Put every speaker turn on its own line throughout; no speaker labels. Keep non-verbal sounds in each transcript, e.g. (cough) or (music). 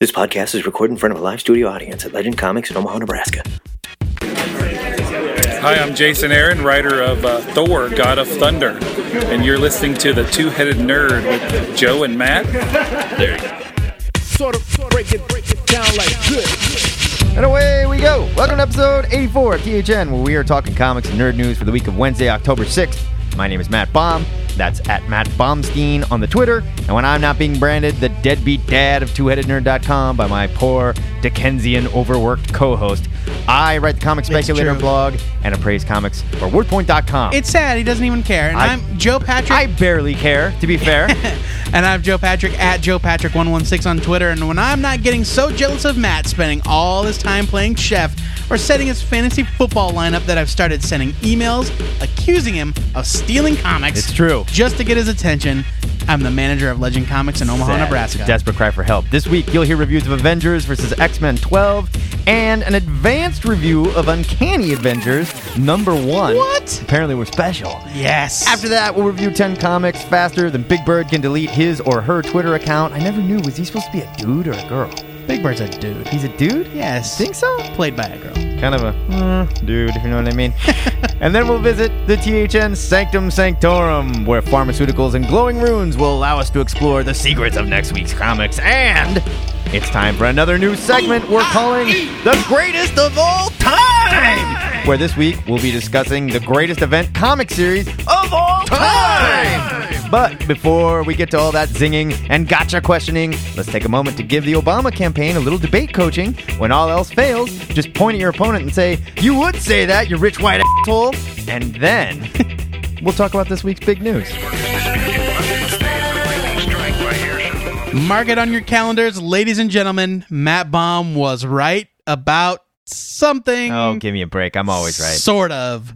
This podcast is recorded in front of a live studio audience at Legend Comics in Omaha, Nebraska.
Hi, I'm Jason Aaron, writer of uh, Thor, God of Thunder, and you're listening to The Two Headed Nerd with Joe and Matt. There you go.
Sort of break it, break it down like this.
And away we go. Welcome to episode 84 of THN, where we are talking comics and nerd news for the week of Wednesday, October 6th. My name is Matt Baum. That's at Matt Baumstein on the Twitter. And when I'm not being branded the deadbeat dad of twoheadednerd.com by my poor Dickensian overworked co-host, I write the comic speculator
true.
blog and appraise comics for wordpoint.com.
It's sad. He doesn't even care. And
I-
I, am Joe Patrick.
I barely care, to be
(laughs)
fair.
and I'm Joe Patrick at Joe Patrick 116 on Twitter. And when I'm not getting so jealous of Matt spending all his time playing chef or setting his fantasy football lineup that I've started sending emails accusing him of stealing comics.
It's true.
Just to get his attention. I'm the manager of Legend Comics in Omaha,
Sad.
Nebraska.
It's a desperate cry for help. This week, you'll hear reviews of Avengers versus X Men 12 and an advanced review of Uncanny Avengers number one.
What?
Apparently, we're special.
yes.
After that, we'll review 10 comics faster than Big Bird can delete his or her Twitter account. I never knew. Was he supposed to be a dude or a girl?
Big Bird's a dude.
He's a dude?
Yes.
Think so?
Played by a girl.
Kind of a mm, dude, if you know what I mean. and then we'll visit the THN Sanctum Sanctorum, where pharmaceuticals and glowing runes will allow us to explore the secrets of next week's comics. And it's time for another new segment we're calling The Greatest of All Time, where this week we'll be discussing the greatest event comic series of all time. But before we get to all that zinging and gotcha questioning, let's take a moment to give the Obama campaign a little debate coaching. When all else fails, just point at your opponent and say, You would say that, you rich white asshole. And then (laughs) we'll talk about this week's big news.
Mark it on your calendars, ladies and gentlemen. Matt Baum was right about something.
Oh, give me a break. I'm always right.
Sort of.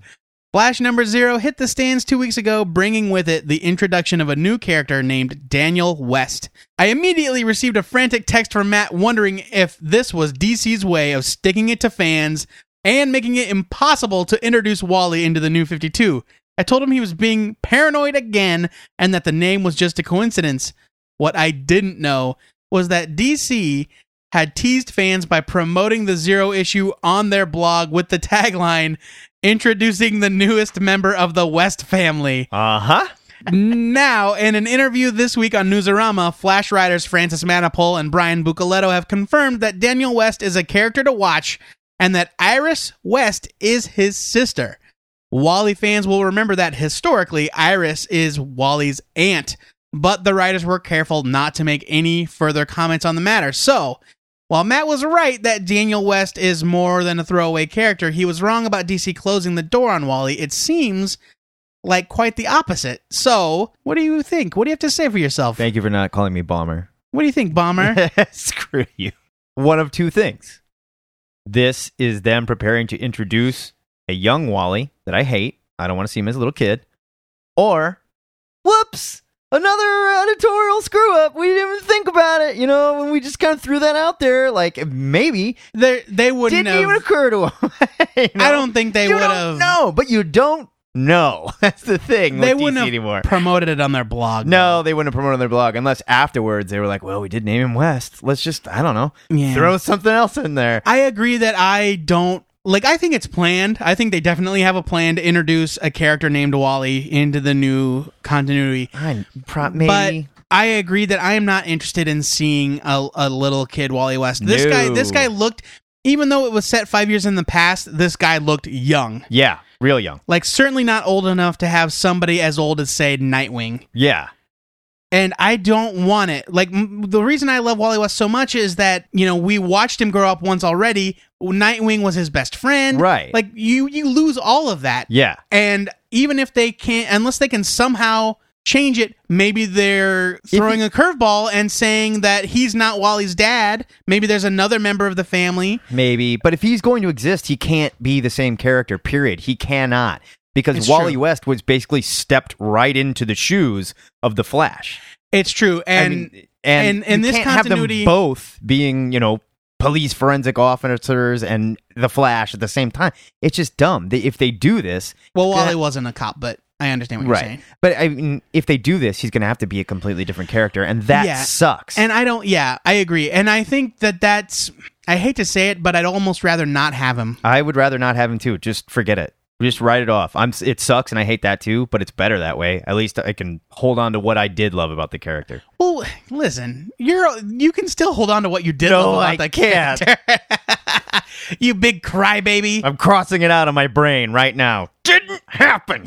Flash number zero hit the stands two weeks ago, bringing with it the introduction of a new character named Daniel West. I immediately received a frantic text from Matt wondering if this was DC's way of sticking it to fans and making it impossible to introduce Wally into the new 52. I told him he was being paranoid again and that the name was just a coincidence. What I didn't know was that DC had teased fans by promoting the Zero issue on their blog with the tagline Introducing the newest member of the West
(laughs)
family.
Uh huh.
now, in an interview this week on Newsarama, Flash writers Francis Manipul and Brian Bucoletto have confirmed that Daniel West is a character to watch and that Iris West is his sister. Wally fans will remember that historically, Iris is Wally's aunt, but the writers were careful not to make any further comments on the matter. So, while Matt was right that Daniel West is more than a throwaway character, he was wrong about DC closing the door on Wally. It seems like quite the opposite. So, what do you think? What do you have to say for yourself?
Thank you for not calling me Bomber.
What do you think, (laughs) Bomber?
(laughs) Screw you. One of two things. This is them preparing to introduce a young Wally that I hate. I don't want to see him as a little kid. Or, whoops, another editorial screw up. We didn't even think about it. You know, when we just kind of threw that out there, like maybe
they they wouldn't
didn't
have.
even occur to (laughs) him. You know?
I don't think they
You
would
don't
have.
know, but you don't know. (laughs) That's the thing.
They
with
wouldn't
DC
have
anymore.
promoted it on their blog.
No, they wouldn't have promoted their blog unless afterwards they were like, well, we did name him West. Let's just, I don't know,
Yeah.
throw something else in there.
I agree that I don't like I think it's planned. I think they definitely have a plan to introduce a character named Wally into the new continuity.
I, pro-
But
maybe.
I agree that I am not interested in seeing a, a little kid Wally West. This
No.
guy this guy looked even though it was set 5 years in the past, this guy looked young.
yeah, real young.
Like certainly not old enough to have somebody as old as say Nightwing
Yeah.
and I don't want it. Like m- the reason I love Wally West so much is that you know we watched him grow up once already. Nightwing was his best friend,
Right.
Like you, you lose all of that.
Yeah.
And even if they can't, unless they can somehow change it, maybe they're throwing a curveball and saying that he's not Wally's dad. Maybe there's another member of the family.
Maybe. But if he's going to exist, he can't be the same character, period. He cannot. Because
It's
Wally
true.
West was basically stepped right into the shoes of the Flash.
It's true.
I
And
mean, and
and- and
you
this
can't
continuity-
have them both being, you know, police forensic officers and the Flash at the same time. It's just dumb. They- If they do this,
well, Wally
that-
wasn't a cop, but I understand what you're
right.
saying.
But I mean, if they do this, he's going to have to be a completely different character, and that
Yeah.
sucks.
And I don't. Yeah, I agree. And I think that that's. I hate to say it, but I'd almost rather not have him.
I would rather not have him too. Just forget it. Just write it off. I'm. It sucks, and I hate that too. But it's better that way. At least I can hold on to what I did love about the character.
Well, listen, you're you can still hold on to what you did.
No,
love about
I
that
can't.
character. (laughs) you big crybaby.
I'm crossing it out of my brain right now. Didn't
(laughs)
happen.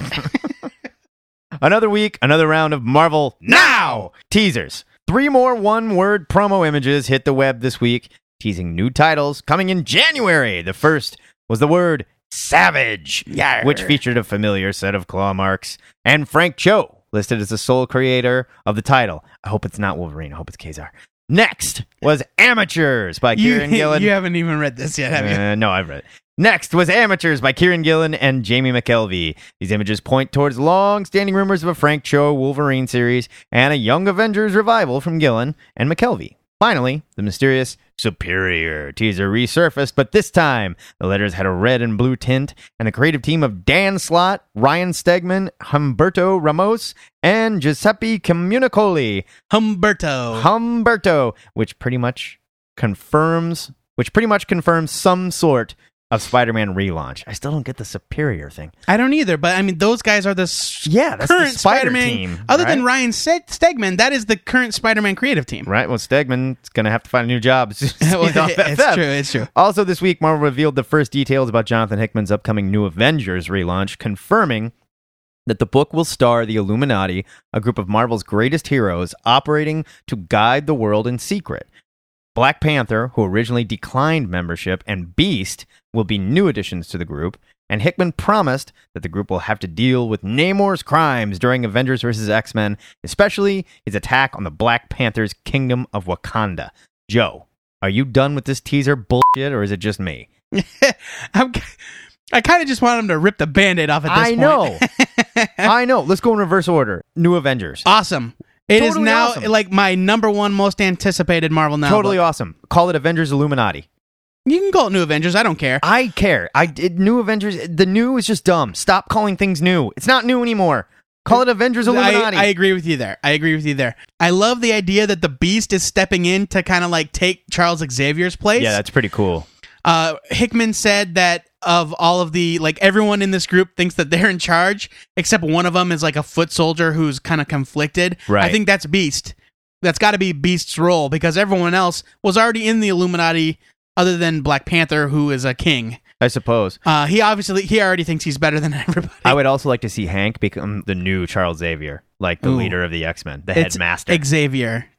another week, another round of Marvel Now teasers. Three more one word promo images hit the web this week, teasing new titles coming in January. The first was the word Savage,
Yarr.
which featured a familiar set of claw marks and Frank Cho, listed as the sole creator of the title. I hope it's not Wolverine. I hope it's Kazar. Next was Amateurs by
you, (laughs)
Kieran Gillen.
you haven't even read this yet, have you?
Uh, no, I've read it. Next was Amateurs by Kieran Gillen and Jamie McKelvey. These images point towards long standing rumors of a Frank Cho Wolverine series and a Young Avengers revival from Gillen and McKelvey. Finally, the mysterious Superior teaser resurfaced, but this time the letters had a red and blue tint, and the creative team of Dan Slott, Ryan Stegman, Humberto Ramos, and Giuseppe Comunicoli
Humberto.
Humberto, which pretty much confirms, which pretty much confirms some sort of Spider-Man relaunch. I still don't get the superior thing.
I don't either, but I mean, those guys are the s-
Yeah, that's the
current
Spider
Spider-Man.
team,
other
right?
than Ryan Se- Stegman, that is the current Spider-Man creative team.
Right? Well, Stegman's gonna have to find a new job. (laughs) He's
(laughs) Well,
off
it's
FF.
true. It's true.
Also, this week, Marvel revealed the first details about Jonathan Hickman's upcoming New Avengers relaunch, confirming that the book will star the Illuminati, a group of Marvel's greatest heroes operating to guide the world in secret. Black Panther, who originally declined membership, and Beast will be new additions to the group, and Hickman promised that the group will have to deal with Namor's crimes during Avengers vs. X Men, especially his attack on the Black Panther's kingdom of Wakanda. Joe, are you done with this teaser bullshit, or is it just me?
I'm, I kind of just want him to rip the band-aid off at this
I
point.
know. (laughs) I know. Uh, Let's go in reverse order. New Avengers.
Awesome. It is
Totally
now
awesome.
like my number one most anticipated Marvel novel.
totally awesome. Call it Avengers Illuminati.
You can call it New Avengers. I don't care.
I care. I did New Avengers. The new is just dumb. Stop calling things new. It's not new anymore. Call it Avengers Illuminati.
I, I agree with you there. I agree with you there. I love the idea that the Beast is stepping in to kind of like take Charles Xavier's place.
yeah, that's pretty cool.
uh, Hickman said that of all of the like everyone in this group thinks that they're in charge, except one of them is like a foot soldier who's kind of conflicted. I
Right.
think that's Beast. That's got to be Beast's role because everyone else was already in the Illuminati, other than Black Panther, who is a king.
I suppose.
Uh, he obviously he already thinks he's better than (laughs) everybody.
I would also like to see Hank become the new Charles Xavier, like the
Ooh.
leader of the X Men, the
It's
headmaster.
Xavier.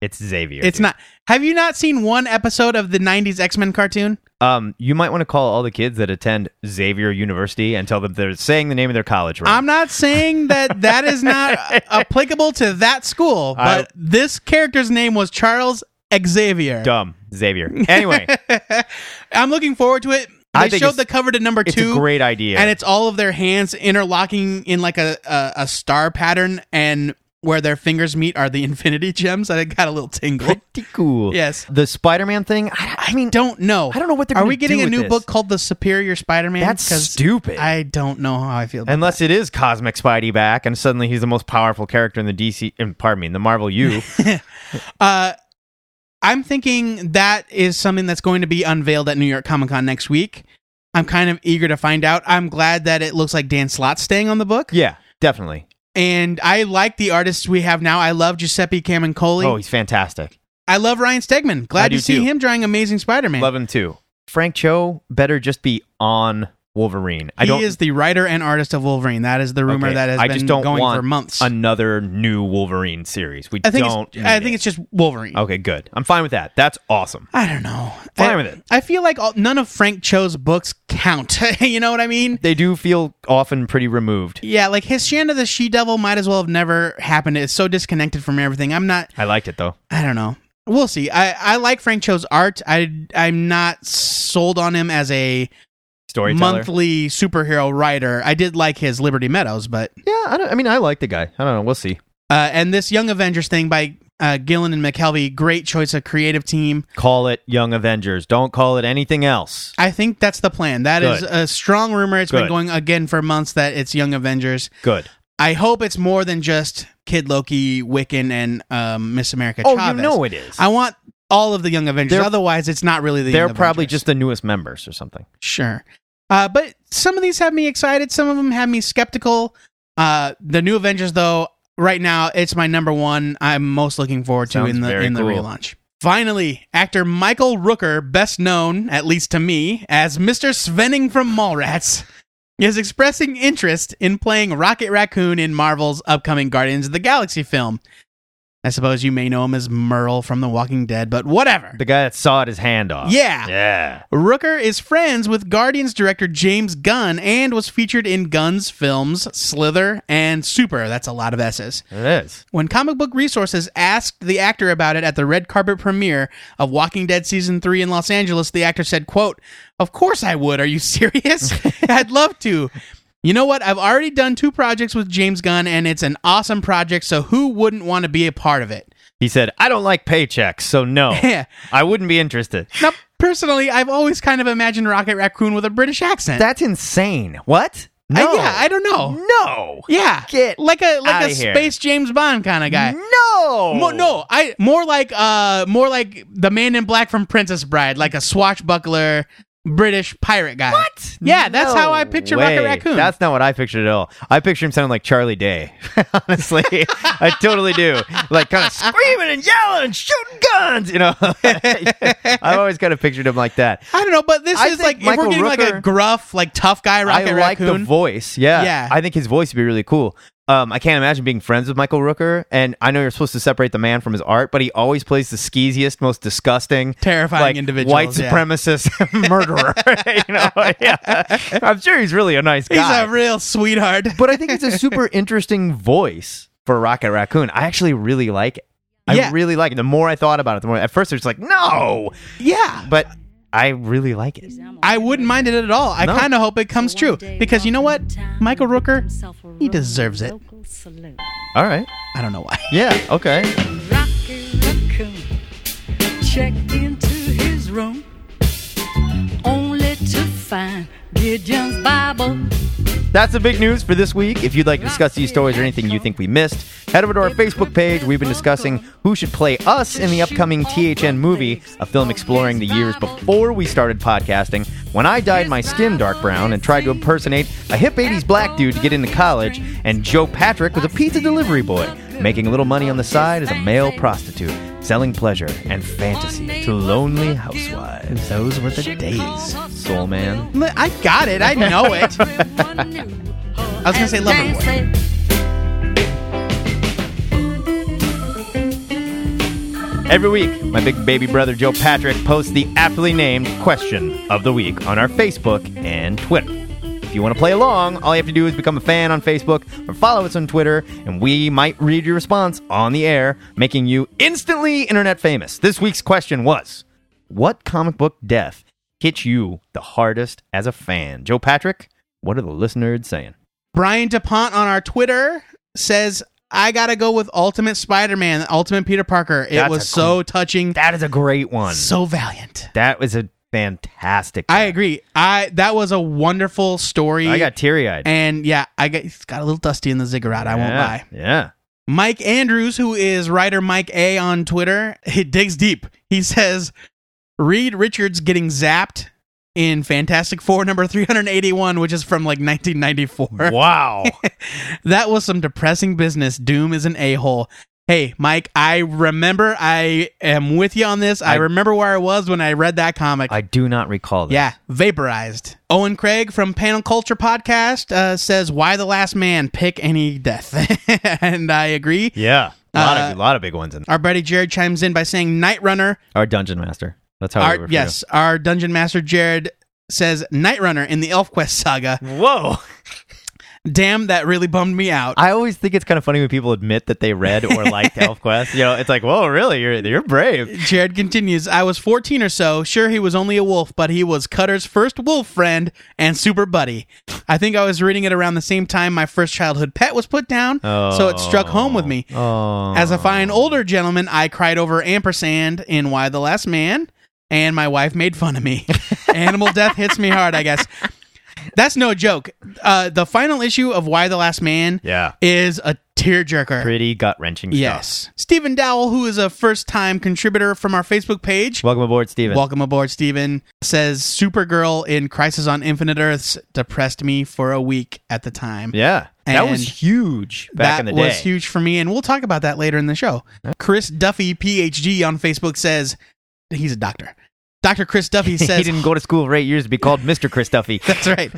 it's Xavier.
It's
dude.
not. Have you not seen one episode of the '90s X-Men cartoon?
Um, you might want to call all the kids that attend Xavier University and tell them they're saying the name of their college. Wrong.
I'm not saying that that
(laughs)
is not applicable to that school,
I-
but this character's name was Charles Xavier.
dumb
(laughs)
Xavier. Anyway,
I'm looking forward to it.
I
They
think
showed
it's-
the cover to number
it's
two,
a great idea.
and it's all of their hands interlocking in like a, a a star pattern, and where their fingers meet are the (laughs) infinity gems. I got a little tingle.
pretty cool.
Yes.
The Spider Man thing. I, I mean,
Don't know.
I don't know what they're
Are
gonna
we getting
do
a
with
new
this.
book called The Superior Spider-Man?
That's
'Cause
stupid.
I don't know how I feel. About
Unless it is Cosmic Spidey back, and suddenly he's the most powerful character in the DC. um, Pardon me, in the Marvel
(laughs)
U.
Uh, I'm thinking that is something that's going to be unveiled at New York Comic Con next week. I'm kind of eager to find out. I'm glad that it looks like Dan Slott's staying on the book.
yeah, definitely.
And I like the artists we have now. I love Giuseppe Camincoli.
Oh, he's fantastic.
I love Ryan Stegman.
I
Glad
do
to see
too.
him drawing Amazing Spider-Man.
Love him too. Frank Cho better just be on Wolverine. I
he
don't.
is the writer and artist of Wolverine. That is the rumor
Okay,
that has
I
been
just don't
going
want
for months.
another new Wolverine series. We
I think
don't.
it's, I
need
think
it.
it's just Wolverine.
okay. Good. I'm fine with that. That's awesome.
I don't know.
Fine
I,
with it.
I feel like all, none of Frank Cho's books count. (laughs) you know what I mean?
They do feel often pretty removed.
Yeah, like his Shand of the She Devil might as well have never happened. It's so disconnected from everything. I'm not.
I liked it though.
I don't know. We'll see. I I like Frank Cho's art. I I'm not sold on him as a
Storyteller.
monthly superhero writer. I did like his Liberty Meadows, but
Yeah. I, don't, I mean, I like the guy. I don't know. We'll see.
uh, and this Young Avengers thing by uh, Gillen and McKelvey, great choice of creative team.
Call it Young Avengers. Don't call it anything else.
I think that's the plan. That is
Good.
a strong rumor. It's been
Good.
going again for months that it's Young Avengers.
Good.
I hope it's more than just Kid Loki, Wiccan, and um, Miss America.
Oh,
Chavez.
you know it is.
I want all of the Young Avengers.
They're-
Otherwise, it's not really the.
They're
Young
probably
Avengers.
just the newest members or something.
sure, uh, but some of these have me excited. Some of them have me skeptical. Uh, the new Avengers, though, right now it's my number one. I'm most looking forward
Sounds
to in the
very
in the
cool.
relaunch. Finally, actor Michael Rooker, best known at least to me as Mr. Svenning from Mallrats, (laughs) is expressing interest in playing Rocket Raccoon in Marvel's upcoming Guardians of the Galaxy film. I suppose you may know him as Merle from The Walking Dead, but whatever.
The guy that sawed his hand off.
Yeah.
Yeah.
Rooker is friends with Guardians director James Gunn and was featured in Gunn's films Slither and Super. That's a lot of S's.
It is.
When Comic Book Resources asked the actor about it at the red carpet premiere of Walking Dead season 3 in Los Angeles, the actor said, "Quote, of course I would. Are you (laughs) serious? I'd love to." You know what? I've already done two projects with James Gunn and it's an awesome project, so who wouldn't want to be a part of it? (laughs)
He said, I don't like paychecks, so no.
Yeah.
I wouldn't be
(laughs)
interested.
Now, personally, I've always kind of imagined Rocket Raccoon with a British accent.
That's insane. What?
I-
No.
Uh, yeah, I don't know.
No.
Yeah,
Get
like a like
outta
a
here.
space James Bond kind of guy.
No.
Mo- no, I more like uh more like the Man in Black from Princess Bride, like a swashbuckler British pirate guy. What? Yeah, that's how I
No
picture
way.
Rocket Raccoon.
That's not what I pictured at all. I picture him sounding like Charlie Day. (laughs) Honestly, I totally do. Like kind of screaming and yelling and shooting guns. You
(laughs)
know, (laughs) I've always kind of pictured him like that.
I don't know, but this
I
is
think
like
Michael
if we're getting like a
Rooker-
gruff, like tough guy Rocket
I like
Raccoon.
the voice. Yeah.
Yeah.
I think his voice would be really cool. Um, I can't imagine being friends with Michael Rooker, and I know you're supposed to separate the man from his art, but he always plays the skeeziest, most disgusting,
Terrifying
like,
individuals,
white
yeah.
supremacist (laughs) murderer. you
(laughs)
know, yeah. I'm sure he's really a nice guy.
He's a real sweetheart.
but I think it's a super (laughs) interesting voice for Rocket Raccoon. I actually really like it. I
Yeah.
really like it. The more I thought about it, the more at first it's like no,
yeah,
but I really like it.
(laughs) I wouldn't mind it at all. I
No.
kind of hope it comes true because you know what, Michael Rooker, he deserves it.
All right,
I don't know why.
yeah, okay.
Rocky Raccoon checked into his room only to find Gideon's
(laughs)
Bible.
That's the big news for this week. If you'd like to discuss these stories or anything you think we missed, head over to our Facebook page. We've been discussing who should play us in the upcoming THN movie, a film exploring the years before we started podcasting, when I dyed my skin dark brown and tried to impersonate a hip 80s black dude to get into college, and Joe Patrick was a pizza delivery boy, making a little money on the side as a male prostitute, selling pleasure and fantasy to lonely housewives.
Those were the days.
Soul man.
I got it. I know
(laughs)
it.
I
was gonna say Loverboy.
Every week, my big baby brother Joe Patrick posts the aptly named question of the week on our Facebook and Twitter. If you want to play along, all you have to do is become a fan on Facebook or follow us on Twitter, and we might read your response on the air, making you instantly internet famous. This week's question was What comic book death hit you the hardest as a fan? Joe Patrick, what are the listeners saying?
Brian DuPont on our Twitter says, I gotta go with Ultimate Spider Man, Ultimate Peter Parker. It
That's a
was so touching,
That is a great one.
so valiant.
That was a fantastic
I
one.
agree. I that was a wonderful story.
I got teary eyed.
and yeah, I got it's got a little dusty in the ziggurat, I won't
yeah,
lie.
Yeah.
Mike Andrews, who is writer Mike A on Twitter, (laughs) he digs deep. He says, Reed Richards getting zapped in Fantastic Four number 381, which is from
(laughs)
like 1994.
Wow.
That was some depressing business. Doom is an a hole. Hey, Mike, I remember I am with you on this. I,
I-
remember where I was when I read that comic.
I do not recall that.
yeah, vaporized. Owen Craig from Panel Culture Podcast uh, says, Why the last man? Pick any death. (laughs) and I agree.
Yeah. A lot,
Uh,
of, lot of big ones in
Our buddy Jared chimes in by saying, Night Runner.
Our Dungeon Master. That's how I
Our,
refer
yes, our Dungeon Master Jared says, Night Runner in the ElfQuest saga.
to him. Whoa.
Damn, that really bummed me out.
I always think it's kind of funny when people admit that they read or
(laughs)
liked ElfQuest. You know, it's like, whoa, really? You're you're brave.
Jared continues, I was 14 or so. Sure, he was only a wolf, but he was Cutter's first wolf friend and super buddy. I think I was reading it around the same time my first childhood pet was put down, so it struck home with me.
Oh,
As a fine older gentleman, I cried over ampersand in Why the Last Man, and my wife made fun of me. Animal death hits me hard, I guess. That's no joke. Uh, the final issue of Why the Last Man
yeah,
is a tearjerker.
pretty gut wrenching.
Yes. Stephen Dowell, who is a first time contributor from our Facebook page.
Welcome aboard, Steven.
Welcome aboard, Stephen. Says Supergirl in Crisis on Infinite Earths depressed me for a week at the time.
yeah, that was
And
huge back
that
in the day.
was
(laughs)
huge for me, and we'll talk about that later in the show. Chris Duffy, PhD, on Facebook says he's a doctor. Dr.
(laughs)
Chris Duffy says
he didn't go to school for eight years to be called Mister Chris Duffy.
(laughs) That's right.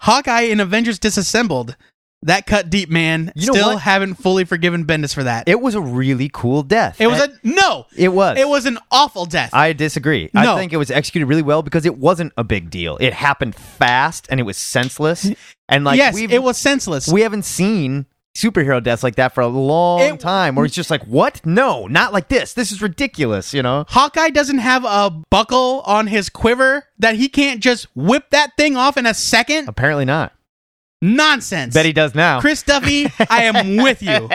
Hawkeye in Avengers Disassembled. That cut deep, man.
You know
Still
what?
haven't fully forgiven Bendis for that.
It was a really cool death.
It was
I-
a no.
It was.
It was an awful death.
I disagree.
No.
I think it was executed really well because it wasn't a big deal. It happened fast and it was senseless. And like
yes,
we've-
it was senseless.
we haven't seen superhero deaths like that for a long
It-
time where it's just like what no not like this this is ridiculous you know
Hawkeye doesn't have a buckle on his quiver that he can't just whip that thing off in a second.
apparently not
Nonsense.
bet he does now
Chris Duffy, I am
(laughs)
with you.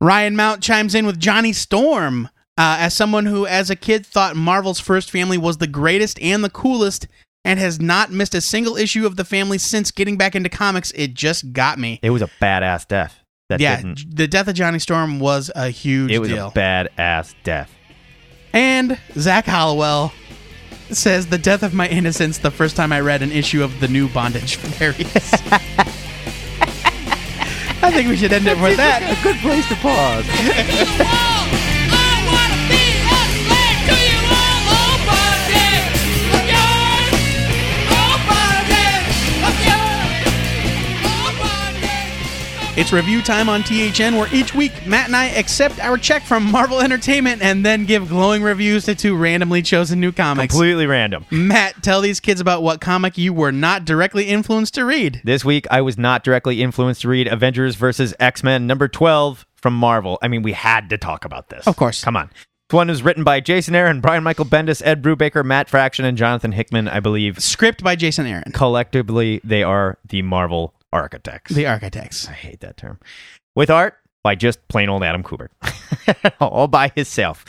Ryan Mount chimes in with Johnny Storm. Uh, as someone who, as a kid, thought Marvel's first family was the greatest and the coolest, and has not missed a single issue of the family since getting back into comics, it just got me.
it was a badass death that
yeah,
didn't
the death of Johnny Storm was a huge
it was
deal.
a badass death
And Zach Hollowell says the death of my innocence the first time I read an issue of the new Bondage (laughs) Fairies. I think we should end it with that.
a good place to pause
It's review time on THN, where each week Matt and I accept our check from Marvel Entertainment and then give glowing reviews to two randomly chosen new comics.
completely random
Matt, tell these kids about what comic you were not directly influenced to read.
This week, I was not directly influenced to read Avengers versus X Men number 12 from Marvel. I mean, we had to talk about this.
Of course.
Come on. This one is written by Jason Aaron, Brian Michael Bendis, Ed Brubaker, Matt Fraction, and Jonathan Hickman, I believe.
Script by Jason Aaron,
Collectively, they are the Marvel architects.
The Architects.
I hate that term. With art by just plain old Adam Kubert, (laughs) all by himself.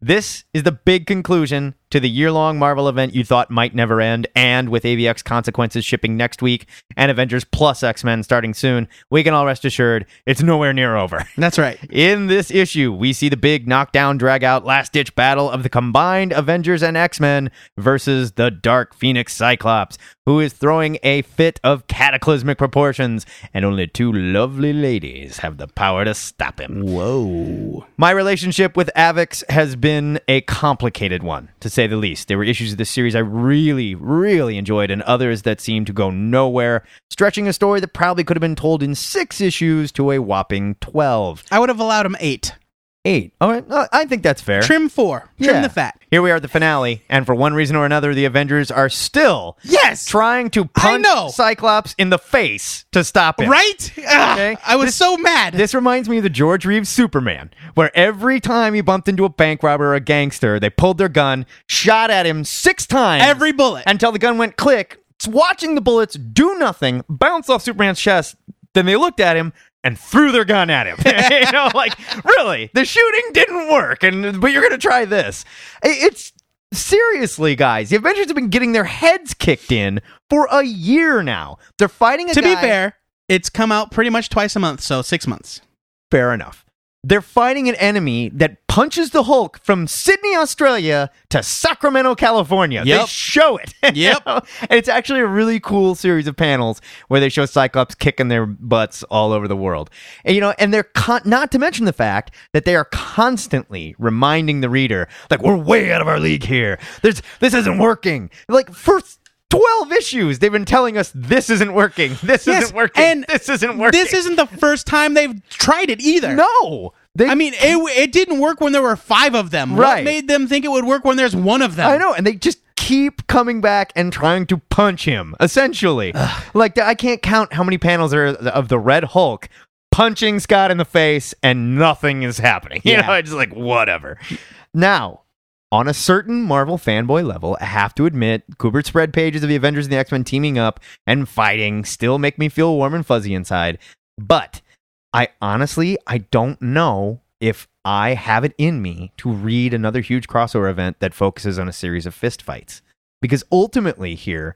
This is the big conclusion to the year long Marvel event you thought might never end. And with AVX consequences shipping next week and Avengers plus X Men starting soon, we can all rest assured it's nowhere near over. (laughs)
That's right.
In this issue, we see the big knockdown, drag out, last ditch battle of the combined Avengers and X Men versus the Dark Phoenix Cyclops, who is throwing a fit of cataclysmic proportions, and only two lovely ladies have the power to stop him.
Whoa.
My relationship with Avix has been a complicated one, to say the least. There were issues of this series I really, really enjoyed, and others that seemed to go nowhere, stretching a story that probably could have been told in six issues to a whopping 12
I would have allowed him eight.
eight. All right, uh, I think that's fair.
Trim four. Trim
Yeah.
the fat.
Here we are at the finale, and for one reason or another, the Avengers are still
Yes!
trying to punch
know.
Cyclops in the face to stop him.
Right? Ugh,
Okay.
I was
This-
so mad.
This reminds me of the George Reeves Superman, where every time he bumped into a bank robber or a gangster, they pulled their gun, shot at him six times,
Every bullet.
until the gun went click. It's watching the bullets do nothing, bounce off Superman's chest. Then they looked at him and threw their gun at him. (laughs) you know, like really, the shooting didn't work, and but you're gonna try this. I- It's seriously, guys. The Avengers have been getting their heads kicked in for a year now. They're fighting a
to be
guy-
fair, it's come out pretty much twice a month, so six months.
fair enough. They're fighting an enemy that punches the Hulk from Sydney, Australia to Sacramento, California. They
Yep.
show it. (laughs) You
Yep.
know? And it's actually a really cool series of panels where they show Cyclops kicking their butts all over the world. And, you know, and they're con- not to mention the fact that they are constantly reminding the reader, like, we're way out of our league here. There's this isn't working. Like, for 12 issues, they've been telling us this isn't working. This
Yes,
isn't working.
and
this isn't working.
This isn't the first time they've tried it either.
No. They
I mean, it, it didn't work when there were five of them. What
Right.
made them think it would work when there's one of them?
I know, and they just keep coming back and trying to punch him, essentially. Like, I can't count how many panels are of the Red Hulk punching Scott in the face and nothing is happening. (laughs) You
Yeah.
know, it's just like, whatever. Now, on a certain Marvel fanboy level, I have to admit, Kubert's spread pages of the Avengers and the X Men teaming up and fighting still make me feel warm and fuzzy inside. But I honestly, I don't know if I have it in me to read another huge crossover event that focuses on a series of fistfights. Because ultimately, here,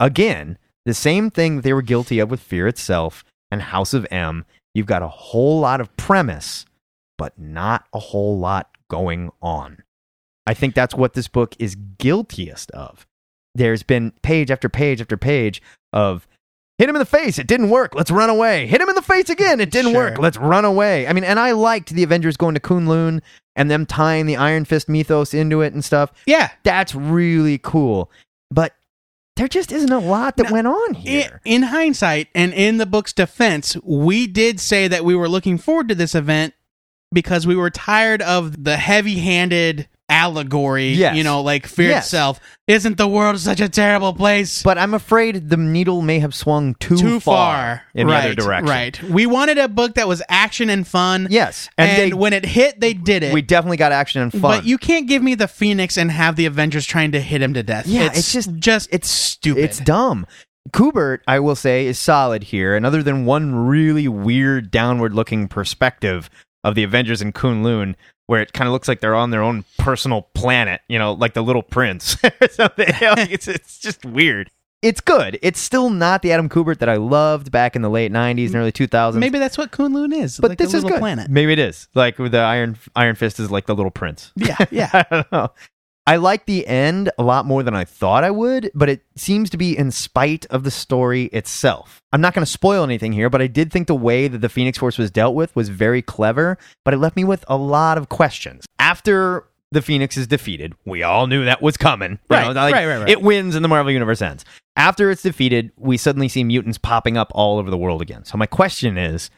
again, the same thing that they were guilty of with Fear itself and House of M, you've got a whole lot of premise, but not a whole lot going on. I think that's what this book is guiltiest of. There's been page after page after page of hit him in the face, it didn't work, let's run away. Hit him in the face again, it didn't
Sure.
work, let's run away. I mean, and I liked the Avengers going to Kunlun and them tying the Iron Fist mythos into it and stuff.
Yeah.
That's really cool. But there just isn't a lot that went on
In,
here.
in hindsight and in the book's defense, we did say that we were looking forward to this event because we were tired of the heavy-handed allegory,
Yes.
you know, like fear
Yes.
itself. Isn't the world such a terrible place?
but I'm afraid the needle may have swung too,
too far,
in
right,
the other direction.
Right. We wanted a book that was action and fun.
Yes.
And,
they-
when it hit, they did it.
we definitely got action and fun.
But you can't give me the Phoenix and have the Avengers trying to hit him to death.
Yeah,
it's,
it's just-
just
it's
stupid.
It's dumb. Kubert, I will say, is solid here. And other than one really weird downward looking perspective of the Avengers in Kunlun, where it kind of looks like they're on their own personal planet, you know, like the little prince (laughs) or something. Like, it's, it's just weird. It's good. It's still not the Adam Kubert that I loved back in the late 90s and early 2000s.
Maybe that's what Kunlun is.
but
like
this
a
is
little
good.
planet.
Maybe it is. Like with the Iron Iron Fist is like the little prince. (laughs)
Yeah, yeah.
I don't know. I like the end a lot more than I thought I would, but it seems to be in spite of the story itself. I'm not going to spoil anything here, but I did think the way that the Phoenix Force was dealt with was very clever, but it left me with a lot of questions. After the Phoenix is defeated, we all knew that was coming. you
Right,
know,
right, right, right.
It wins and the Marvel Universe ends. After it's defeated, we suddenly see mutants popping up all over the world again. So my question is,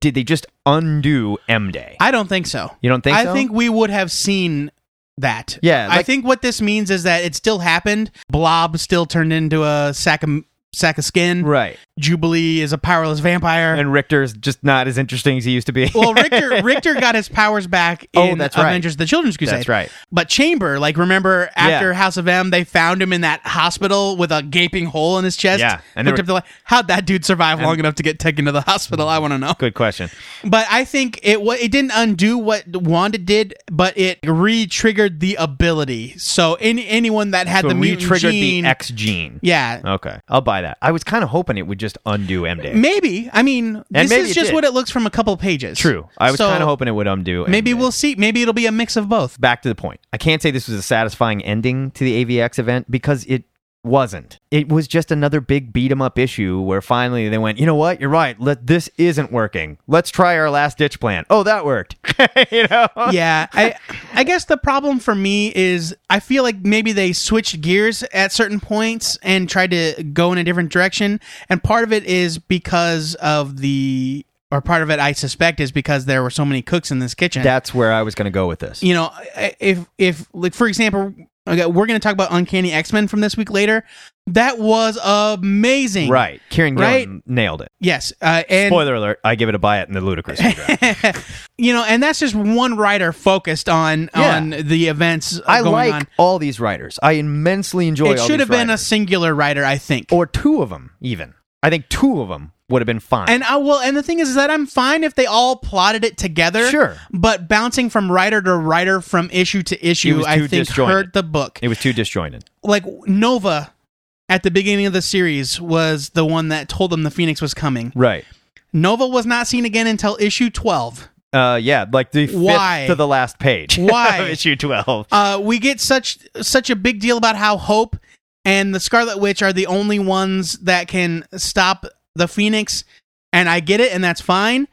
did they just undo M Day?
I don't think so.
You don't think
I
so?
think we would have seen that.
Yeah,
I
like-
think what this means is that it still happened. Blob still turned into a sack of sack of skin.
right.
Jubilee is a powerless vampire.
and (laughs) Richter's just not as interesting as he used to be.
well, Richter Richter got his powers back in
Oh, that's right.
Avengers: The Children's Crusade.
That's right.
But Chamber, like remember after
Yeah.
House of M, they found him in that hospital with a gaping hole in his chest.
Yeah, and
and
they
looked
were-
up the, how'd that dude survive long enough to get taken to the hospital? I want to know.
(laughs) good question.
But I think it wa it didn't undo what Wanda did, but it re-triggered the ability. So any anyone that had
So
the
we
mutant
triggered
gene,
the X gene.
yeah,
Okay, I'll buy that. I was kind of hoping it would just undo M Day.
maybe. I mean, this
maybe
is
it
just
did.
what it looks from a couple pages.
True. I was
So
kind of hoping it would undo. M
Maybe
Day.
we'll see. Maybe it'll be a mix of both.
Back to the point. I can't say this was a satisfying ending to the AVX event because it wasn't. It was just another big beat 'em up issue where finally they went, you know what? You're right. Let this isn't working. Let's try our last ditch plan. Oh, that worked. (laughs) you know.
yeah i i guess the problem for me is i feel like maybe they switched gears at certain points and tried to go in a different direction and part of it is because of the or part of it i suspect is because there were so many cooks in this kitchen
That's where I was going to go with this.
you know I- if if like for example okay, we're going to talk about uncanny x-men from this week later that was amazing
Right. Kieran
Right?
Gillen nailed it.
yes uh, and
Spoiler alert, I give it a buy it in the ludicrous. (laughs) draft.
(laughs) you know and that's just one writer focused on
Yeah.
on the events uh,
I
going
like
on
all these writers. I immensely enjoy
it
all
should
these
have been a
writers.
singular writer i think
or two of them even. I think two of them would have been fine.
and i will and the thing is, is that i'm fine if they all plotted it together
Sure.
but bouncing from writer to writer from issue to issue
was
i
too
think
disjointed.
hurt the book
it was too disjointed.
like nova at the beginning of the series was the one that told them the phoenix was coming
Right.
nova was not seen again until issue 12
Uh yeah, like the
Why?
fifth to the last page.
Why?
(laughs) of issue 12.
uh, we get such such a big deal about how Hope and the Scarlet Witch are the only ones that can stop the Phoenix, and I get it, and that's fine.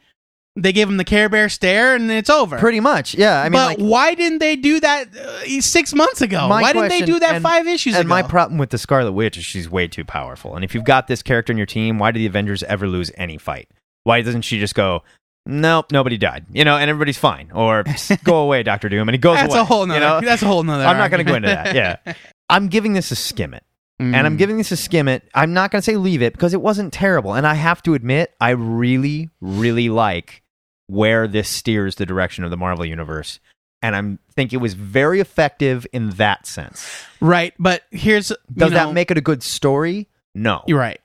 They give him the Care Bear stare, and it's over.
Pretty much. Yeah, I mean like
but why didn't they do that uh, six months ago?
my
Why didn't they
question-
do that
and-
five issues
And
ago?
my problem with the Scarlet Witch is she's way too powerful. And if you've got this character in your team, why do the Avengers ever lose any fight? Why doesn't she just go, nope, nobody died. You know, and everybody's fine. Or
(laughs)
"Psst, go away, Doctor Doom, and he goes
That's
away.
a whole
you
nother.
know?
(laughs) That's a whole nother.
I'm not going to go into
argument. (laughs)
that. Yeah, I'm giving this a skim it, and
Mm.
I'm giving this a skim it. I'm not going to say leave it because it wasn't terrible, and I have to admit, I really, really like where this steers the direction of the Marvel universe, and I'm think it was very effective in that sense.
right. But here's
Does
you know,
that make it a good story? No.
You're right.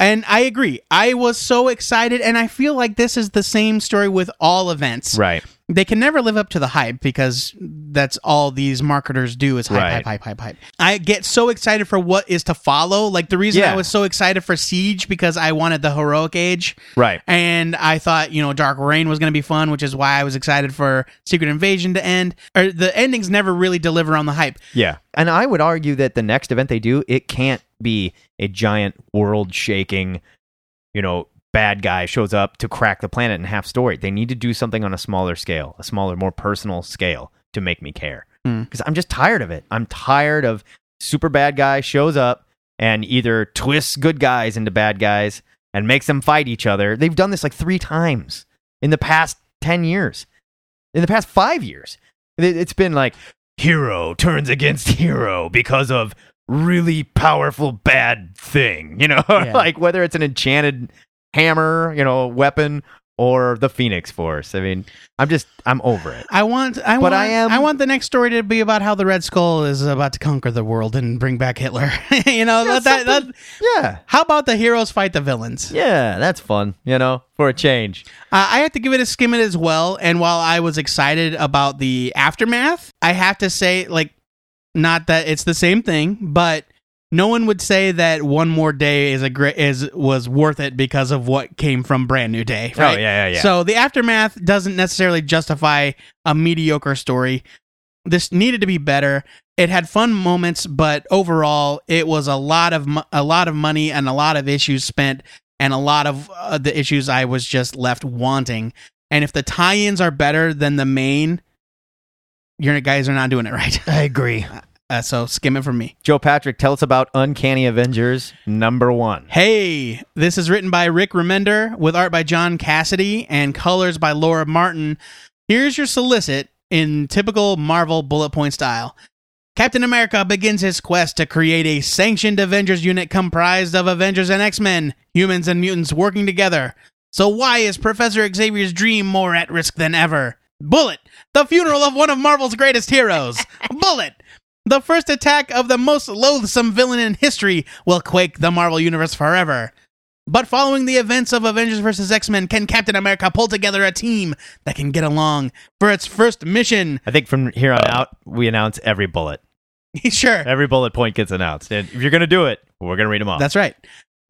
And I agree. I was so excited, and I feel like this is the same story with all events.
Right.
They can never live up to the hype because that's all these marketers do is hype,
Right.
hype, hype, hype, hype. I get so excited for what is to follow. Like the reason
Yeah.
I was so excited for Siege because I wanted the heroic age.
Right.
And I thought, you know, Dark Reign was going to be fun, which is why I was excited for Secret Invasion to end. Or the endings never really deliver on the hype.
Yeah. And I would argue that the next event they do, it can't be a giant world shaking, you know, bad guy shows up to crack the planet in half story. They need to do something on a smaller scale, a smaller, more personal scale to make me care. Because I'm just tired of it. I'm tired of super bad guy shows up and either twists good guys into bad guys and makes them fight each other. They've done this like three times in the past 10 years, in the past five years. It- It's been like hero turns against hero because of really powerful bad thing, you know, (laughs)
Yeah.
like whether it's an enchanted hammer, you know, weapon or the Phoenix Force. I mean, I'm just, I'm over it.
I want, I
But
want,
I am-
I want the next story to be about how the Red Skull is about to conquer the world and bring back Hitler. (laughs) you know, let that, let-
Yeah.
how about the heroes fight the villains?
Yeah, that's fun, you know, for a change.
Uh, I have to give it a skim it as well. And while I was excited about the aftermath, I have to say, like, not that it's the same thing, but no one would say that one more day is a great is was worth it because of what came from Brand New Day.
Oh,
Right?
yeah, yeah, yeah.
So the aftermath doesn't necessarily justify a mediocre story. This needed to be better. It had fun moments, but overall, it was a lot of mo- a lot of money and a lot of issues spent, and a lot of uh, the issues I was just left wanting. And if the tie-ins are better than the main, your guys are not doing it right.
I agree.
Uh, so skim it from me.
Joe Patrick, tell us about Uncanny Avengers number one.
Hey, this is written by Rick Remender with art by John Cassidy and colors by Laura Martin. Here's your solicit in typical Marvel bullet point style. Captain America begins his quest to create a sanctioned Avengers unit comprised of Avengers and X Men, humans and mutants working together. So, why is Professor Xavier's dream more at risk than ever? Bullet, the funeral of one of Marvel's greatest heroes. Bullet, the first attack of the most loathsome villain in history, will quake the Marvel Universe forever. But following the events of Avengers vs. X Men, can Captain America pull together a team that can get along for its first mission? (laughs)
I think from here on out, we announce every bullet.
sure.
Every bullet point gets announced. And if you're going to do it, we're going to read them off.
That's right.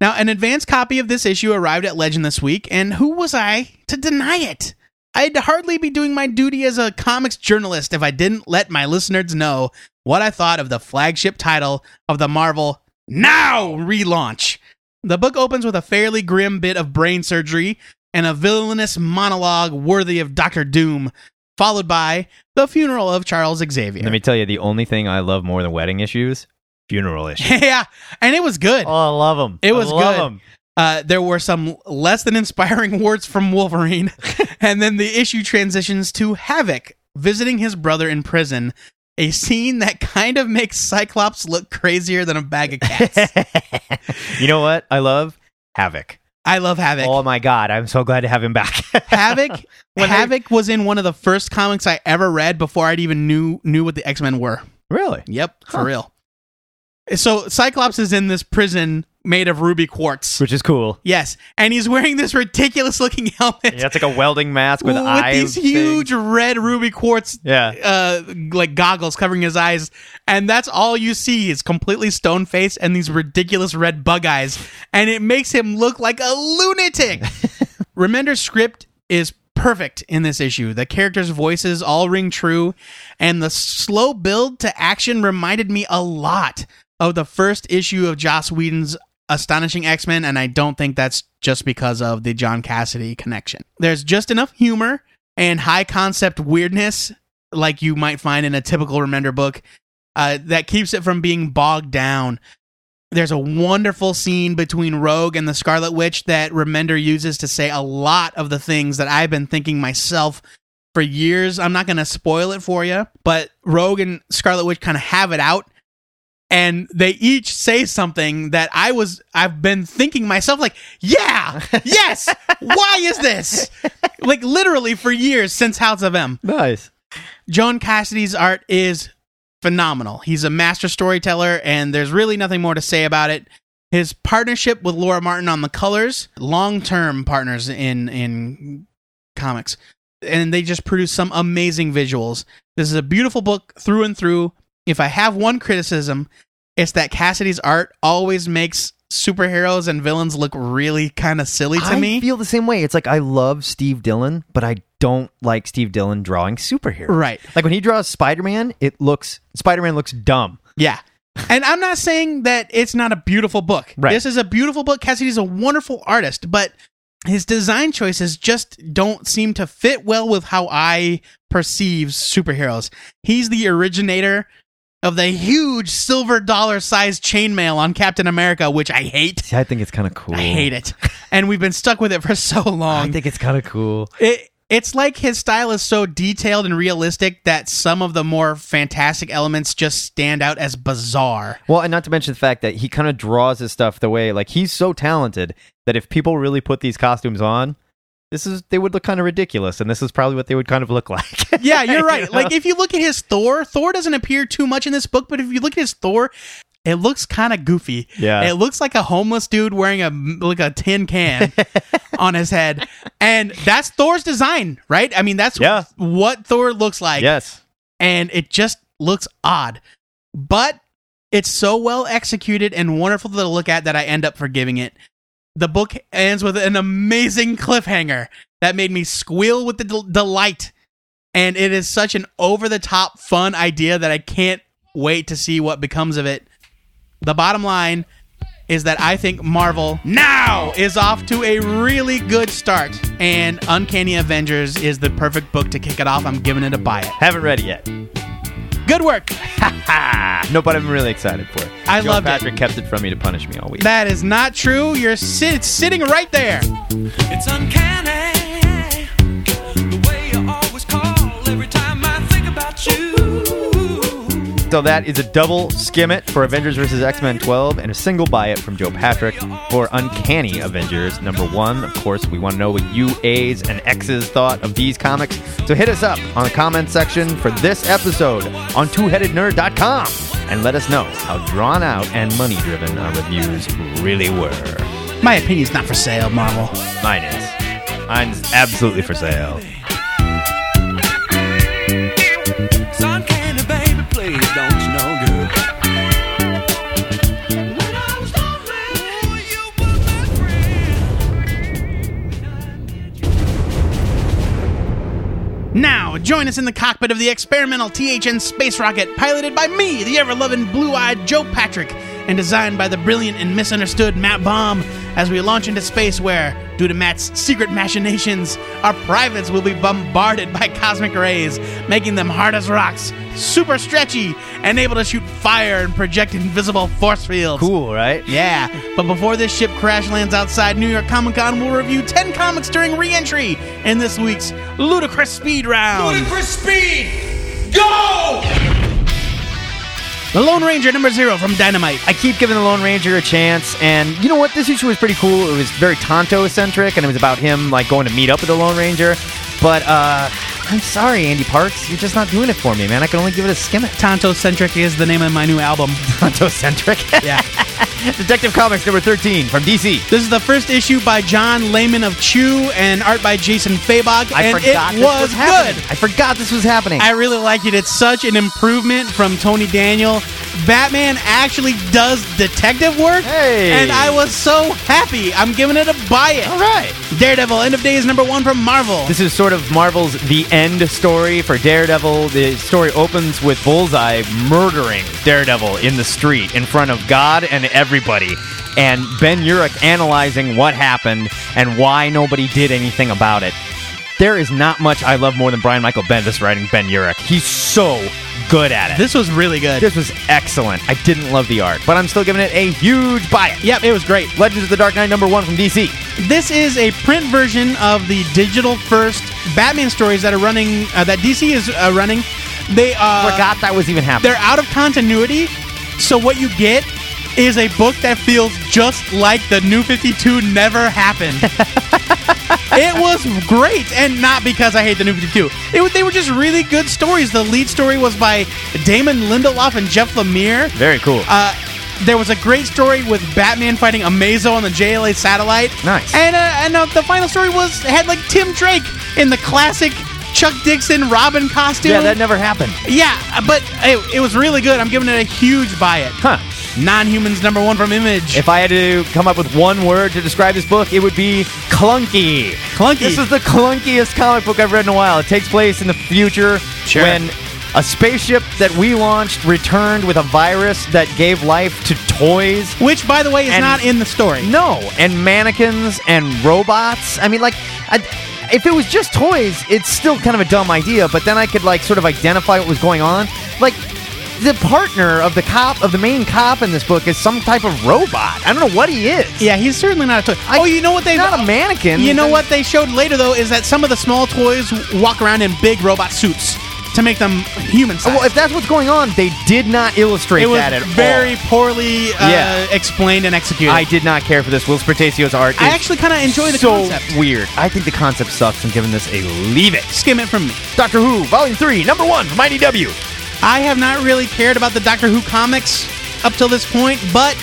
Now, an advanced copy of this issue arrived at Legend this week, and who was I to deny it? I'd hardly be doing my duty as a comics journalist if I didn't let my listeners know what I thought of the flagship title of the Marvel Now relaunch. The book opens with a fairly grim bit of brain surgery and a villainous monologue worthy of Doctor Doom, followed by the funeral of Charles Xavier.
Let me tell you, the only thing I love more than wedding issues, funeral
(laughs)
issues.
(laughs) yeah, and it was good.
oh, I love them.
It was good. Uh, there were some less than inspiring (laughs) words from Wolverine, (laughs) and then the issue transitions to Havoc visiting his brother in prison, a scene that kind of makes Cyclops look crazier than a bag
(laughs)
of cats.
you know what I love? Havoc.
I love Havoc.
Oh my god, I'm so glad to have him back.
Havoc, Havoc was in one of the first comics I ever read before I'd even knew knew what the X Men were.
(laughs) really?
Yep, for real. So Cyclops is in this prison made of ruby quartz.
Which is cool.
Yes, and he's wearing this ridiculous looking (laughs) helmet.
Yeah, it's like a welding mask with,
with
eyes.
these huge red ruby quartz
Yeah.
uh like goggles covering his eyes and that's all you see is completely stone faced and these ridiculous red bug eyes and it makes him look like a lunatic remender's script is perfect in this issue the characters voices all ring true and the slow build to action reminded me a lot of the first issue of joss whedon's astonishing x-men and i don't think that's just because of the john cassidy connection there's just enough humor and high concept weirdness like you might find in a typical remender book uh, that keeps it from being bogged down There's a wonderful scene between Rogue and the Scarlet Witch that Remender uses to say a lot of the things that I've been thinking myself for years. I'm not going to spoil it for you, but Rogue and Scarlet Witch kind of have it out and they each say something that I was I've been thinking myself like, yeah, yes. why is this? Like literally for years since House of M.
Nice.
Joan Cassidy's art is phenomenal. He's a master storyteller, and there's really nothing more to say about it. His partnership with Laura Martin on the colors, long term partners in in comics, and they just produce some amazing visuals. This is a beautiful book through and through. If I have one criticism, it's that Cassidy's art always makes superheroes and villains look really kind of silly to
I
me.
feel the same way. It's like I love Steve Dillon, but I don't like Steve Dillon drawing superheroes.
right.
Like when he draws Spider Man, it looks Spider Man looks dumb.
Yeah. And I'm not saying that it's not a beautiful book.
Right.
This is a beautiful book. Cassidy's a wonderful artist, but his design choices just don't seem to fit well with how I perceive superheroes. He's the originator of the huge silver dollar sized chainmail on Captain America, which I hate.
See, I think it's kind of cool.
I hate it. And we've been stuck with it for so long.
Mm. I think it's kind of cool.
It it's like his style is so detailed and realistic that some of the more fantastic elements just stand out as bizarre.
Well, and not to mention the fact that he kind of draws his stuff the way like he's so talented that if people really put these costumes on, this is they would look kind of ridiculous, and this is probably what they would kind of look (laughs) like.
Yeah,
(laughs)
you're right.
know?
Like if you look at his Thor, Thor doesn't appear too much in this book, but if you look at his Thor, it looks kind of goofy.
Yeah.
It looks like a homeless dude wearing a like a
(laughs)
tin can on his head. And that's Thor's design, right? I mean, that's
Yeah.
what Thor looks like.
yes,
and it just looks odd. But it's so well executed and wonderful to look at that I end up forgiving it. The book ends with an amazing cliffhanger that made me squeal with the del- delight. And it is such an over the top fun idea that I can't wait to see what becomes of it. The bottom line is that I think Marvel now is off to a really good start. And Uncanny Avengers is the perfect book to kick it off. I'm giving it a buy it.
haven't read it yet.
Good work.
No, but I'm really excited for it.
I
Joe
loved it.
Patrick kept it from me to punish me all week.
That is not true. You're sit- it's sitting right there.
It's uncanny the way you always call every time I think about you.
So that is a double skim it for Avengers vs. X-Men 12 and a single buy it from Joe Patrick for Uncanny Avengers number one. Of course, we want to know what you A's and X's thought of these comics. So hit us up on the comment section for this episode on twoheadednerd.com and let us know how drawn out and money driven our reviews really were.
My opinion's not for sale, Marvel.
Mine is. Mine's absolutely for sale.
It's uncanny, baby, please don't you know, girl. When I was lonely, you were my friend. When I needed you.
Now, join us in the cockpit of the experimental THN space rocket piloted by me, the ever loving blue eyed Joe Patrick, and designed by the brilliant and misunderstood Matt Baum as we launch into space where, due to Matt's secret machinations, our privates will be bombarded by cosmic rays, making them hard as rocks, super stretchy, and able to shoot fire and project invisible force fields.
Cool, right?
Yeah, (laughs) but before this ship crash lands outside New York Comic Con, we'll review 10 comics during re entry in this week's Ludicrous Speed Round. Ludicrous Speed! Go! The Lone Ranger number zero from Dynamite.
I keep giving the Lone Ranger a chance, and you know what? This issue was pretty cool. It was very Tonto centric, and it was about him like going to meet up with the Lone Ranger. But uh, I'm sorry, Andy Parks, you're just not doing it for me, man. I can only give it a skim (laughs) it.
Tonto Centric is the name of my
(laughs)
new album.
Tonto centric.
Yeah.
(laughs) Detective Comics number 13 from DC.
this is the first issue by John Lehman of Chew and art by Jason Fabog,
I
and
forgot
it
this was
was
happening.
good.
I forgot this was happening.
I really liked it. It's such an improvement from Tony Daniel. Batman actually does detective work,
Hey.
and I was so happy. I'm giving it a buy it.
All right.
Daredevil, End of Days number one from Marvel.
This is sort of Marvel's The End story for Daredevil. The story opens with Bullseye murdering Daredevil in the street in front of God and everybody. And Ben Urich analyzing what happened and why nobody did anything about it. There is not much I love more than Brian Michael Bendis writing Ben Urich. He's so good at it.
This was really good.
This was excellent. I didn't love the art, but I'm still giving it a huge buy. it.
yep, it was great.
Legends of the Dark Knight number one from DC.
This is a print version of the digital first Batman stories that are running uh, that DC is uh, running. They uh,
Forgot that was even happening.
they're out of continuity, so what you get is a book that feels just like the New 52 never happened.
(laughs)
it was great, and not because I hate the New 52. It, wa- they were just really good stories. The lead story was by Damon Lindelof and Jeff Lemire.
Very cool.
Uh, there was a great story with Batman fighting Amazo on the JLA satellite.
Nice.
And uh, and uh, the final story was had like Tim Drake in the classic Chuck Dixon Robin costume.
yeah, that never happened.
Yeah, uh, but it, it was really good. I'm giving it a huge buy it.
Huh.
Non-humans number one from Image.
If I had to come up with one word to describe this book, it would be clunky.
Clunky.
This is the clunkiest comic book I've read in a while. It takes place in the future
Sure.
when a spaceship that we launched returned with a virus that gave life to toys.
which, by the way, is
And-
not in the story.
No, and mannequins and robots. I mean, like, I, if it was just toys, it's still kind of a dumb idea. But then I could like sort of identify what was going on. Like, the partner of the cop of the main cop in this book is some type of robot. I don't know what he is.
Yeah, he's certainly not a toy.
I-
oh, you know what they
not a mannequin.
You know what they showed later though is that some of the small toys walk around in big robot suits to make them human sized.
Well, if that's what's going on, they did not illustrate
it was
that at
very
all.
poorly uh,
Yeah.
explained and executed.
I did not care for this. Will Spartacio's art.
I
is
actually kind of enjoy the
so
concept.
weird. I think the concept sucks. I'm giving this a leave it.
Skim it from me.
Doctor Who, Volume Three, Number One, Mighty W.
I have not really cared about the Doctor Who comics up till this point, but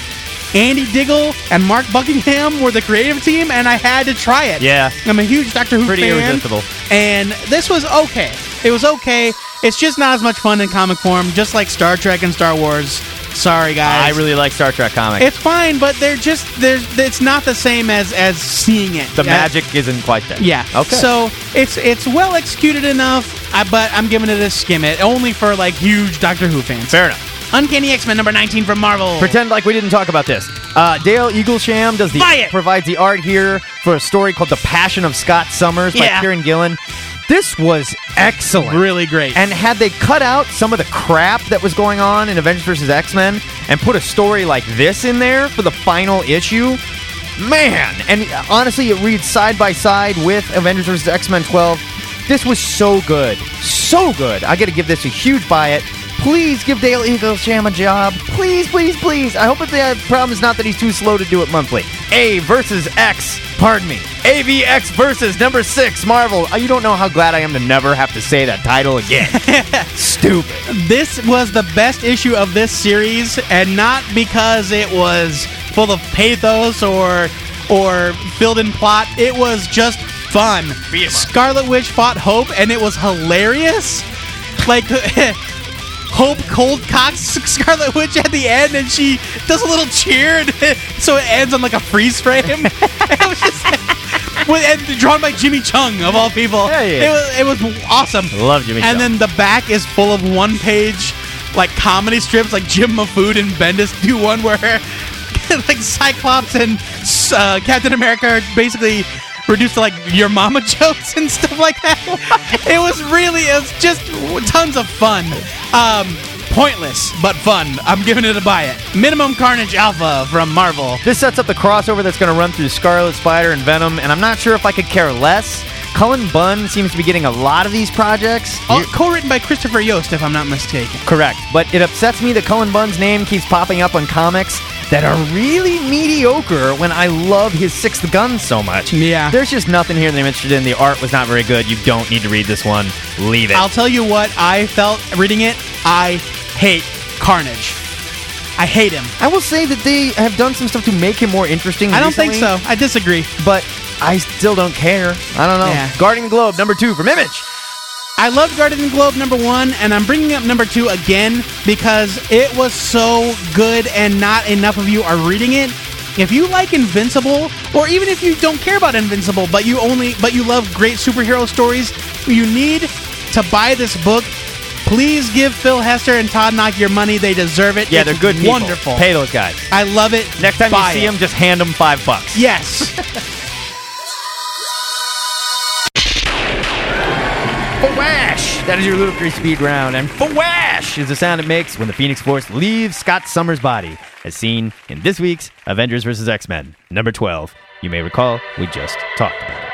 Andy Diggle and Mark Buckingham were the creative team, and I had to try it.
Yeah.
I'm a huge Doctor Who
Pretty
fan.
irresistible.
And this was okay. It was okay. It's just not as much fun in comic form, just like Star Trek and Star Wars. Sorry,
I
guys.
really like Star Trek comics.
It's fine, but they're just there's. It's not the same as as seeing it.
the
Uh,
magic isn't quite there.
yeah.
Okay.
So it's it's well executed enough, I, but I'm giving it a skim it only for like huge Doctor Who fans.
fair enough.
Uncanny X Men number 19 from Marvel.
Pretend like we didn't talk about this. Uh, Dale Eaglesham does the
Buy it!
provides the art here for a story called "The Passion of Scott Summers" by
Yeah.
Kieran Gillen. This was excellent.
really great.
And had they cut out some of the crap that was going on in Avengers vs. X Men and put a story like this in there for the final issue, man. And honestly, it reads side by side with Avengers vs. X Men 12. This was so good. So good. I got to give this a huge buy it. Please give Dale Eaglesham a job. Please, please, please. I hope that the uh, problem is not that he's too slow to do it monthly. A versus X. Pardon me. AVX versus number six, Marvel. Uh, You don't know how glad I am to never have to say that title again. Stupid.
this was the best issue of this series, and not because it was full of pathos or or filled in plot. It was just fun. Scarlet Witch fought Hope, and it was hilarious. Like. (laughs) Hope cold cocks (laughs) Scarlet Witch at the end, and she does a little cheer, and (laughs) so it ends on like a freeze frame. (laughs) it was just, (laughs) with, and drawn by Jimmy Chung of all people.
Yeah, yeah.
It was it was awesome.
Love Jimmy Chung.
And then the back is full of one page like comedy strips, like Jim Mafood and Bendis (laughs) do one where like Cyclops and uh, Captain America are basically reduced to like your mama (laughs) jokes and stuff like that. it was really it was just tons of fun. Um, pointless but fun. I'm giving it a buy it. Minimum Carnage Alpha from Marvel.
This sets up the crossover that's going to run through Scarlet Spider and Venom, and I'm not sure if I could care less. Cullen Bunn seems to be getting a lot of these projects.
All Uh, co-written by Christopher Yost, if I'm not mistaken.
Correct, but it upsets me that Cullen Bunn's name keeps popping up on comics that are really mediocre when I love his Sixth Gun so much.
Yeah.
There's just nothing here that I'm interested in. The art was not very good. You don't need to read this one. Leave it.
I'll tell you what I felt reading it. I hate Carnage. I hate him.
I will say that they have done some stuff to make him more interesting.
I don't think
recently.
so. I disagree.
but I still don't care. I don't know.
Yeah.
Guarding the Globe, number two from Image.
I loved Guardian Globe number one, and I'm bringing up number two again because it was so good, and not enough of you are reading it. If you like Invincible, or even if you don't care about Invincible, but you only but you love great superhero stories, you need to buy this book. Please give Phil Hester and Todd Knock your money; they deserve it.
Yeah,
It's
they're good people.
Wonderful.
Pay those guys.
I love it.
Next time
Buy
you see
it.
them, just hand them five bucks.
yes.
Flash! That is your ludicrous speed round. And Flash! whoosh is the sound it makes when the Phoenix Force leaves Scott Summers' body, as seen in this week's Avengers vs. X Men, number 12. You may recall we just talked about it.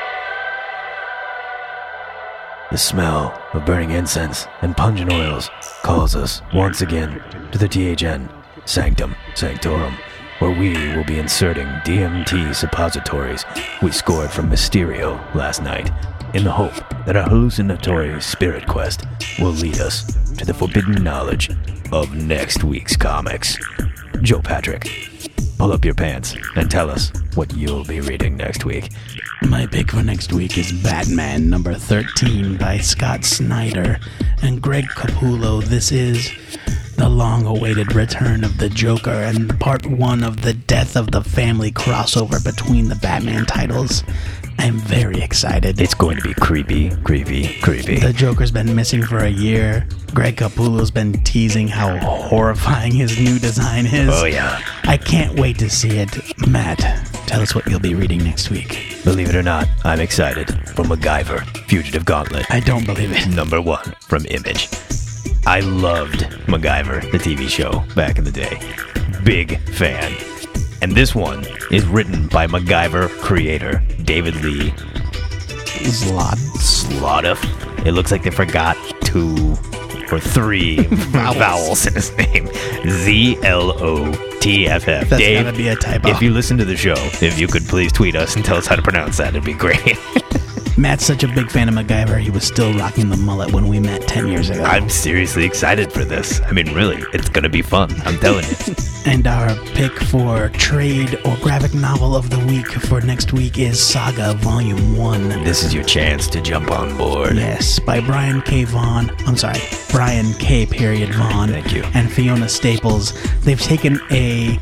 The smell of burning incense and pungent oils calls us once again to the THN Sanctum Sanctorum, where we will be inserting DMT suppositories we scored from Mysterio last night in the hope that our hallucinatory spirit quest will lead us to the forbidden knowledge of next week's comics. Joe Patrick, pull up your pants and tell us what you'll be reading next week.
(laughs) My pick for next week is Batman number 13 by Scott Snyder and Greg Capullo. This is the long awaited return of the Joker and part one of the Death of the Family crossover between the Batman titles. I'm very excited.
It's going to be creepy, creepy, creepy.
The Joker's been missing for a year. Greg Capullo's been teasing how horrifying his new design is.
Oh, yeah.
I can't wait to see it. Matt, tell us what you'll be reading next week.
Believe it or not, I'm excited. From MacGyver, Fugitive Gauntlet,
I don't believe it.
number one from Image. I loved MacGyver, the TV show, back in the day. Big fan. And this one is written by MacGyver creator David Lee
Zlot.
Slotoff. It looks like they forgot two or
(laughs)
three vowels. in his name. Z L O T F F.
That's
Dave,
gotta be a typo.
If you listen to the show, if you could please tweet us and tell us how to pronounce that, it'd be great. (laughs)
Matt's such a big fan of MacGyver, he was still rocking the mullet when we met 10 years ago.
I'm seriously excited for this. I mean, really, it's gonna be fun. I'm telling you.
And our pick for trade or graphic novel of the week for next week is Saga Volume 1.
this is your chance to jump on board.
Yes, by Brian K. Vaughan. I'm sorry, Brian K. Period Vaughan.
Thank you.
And Fiona Staples. They've taken a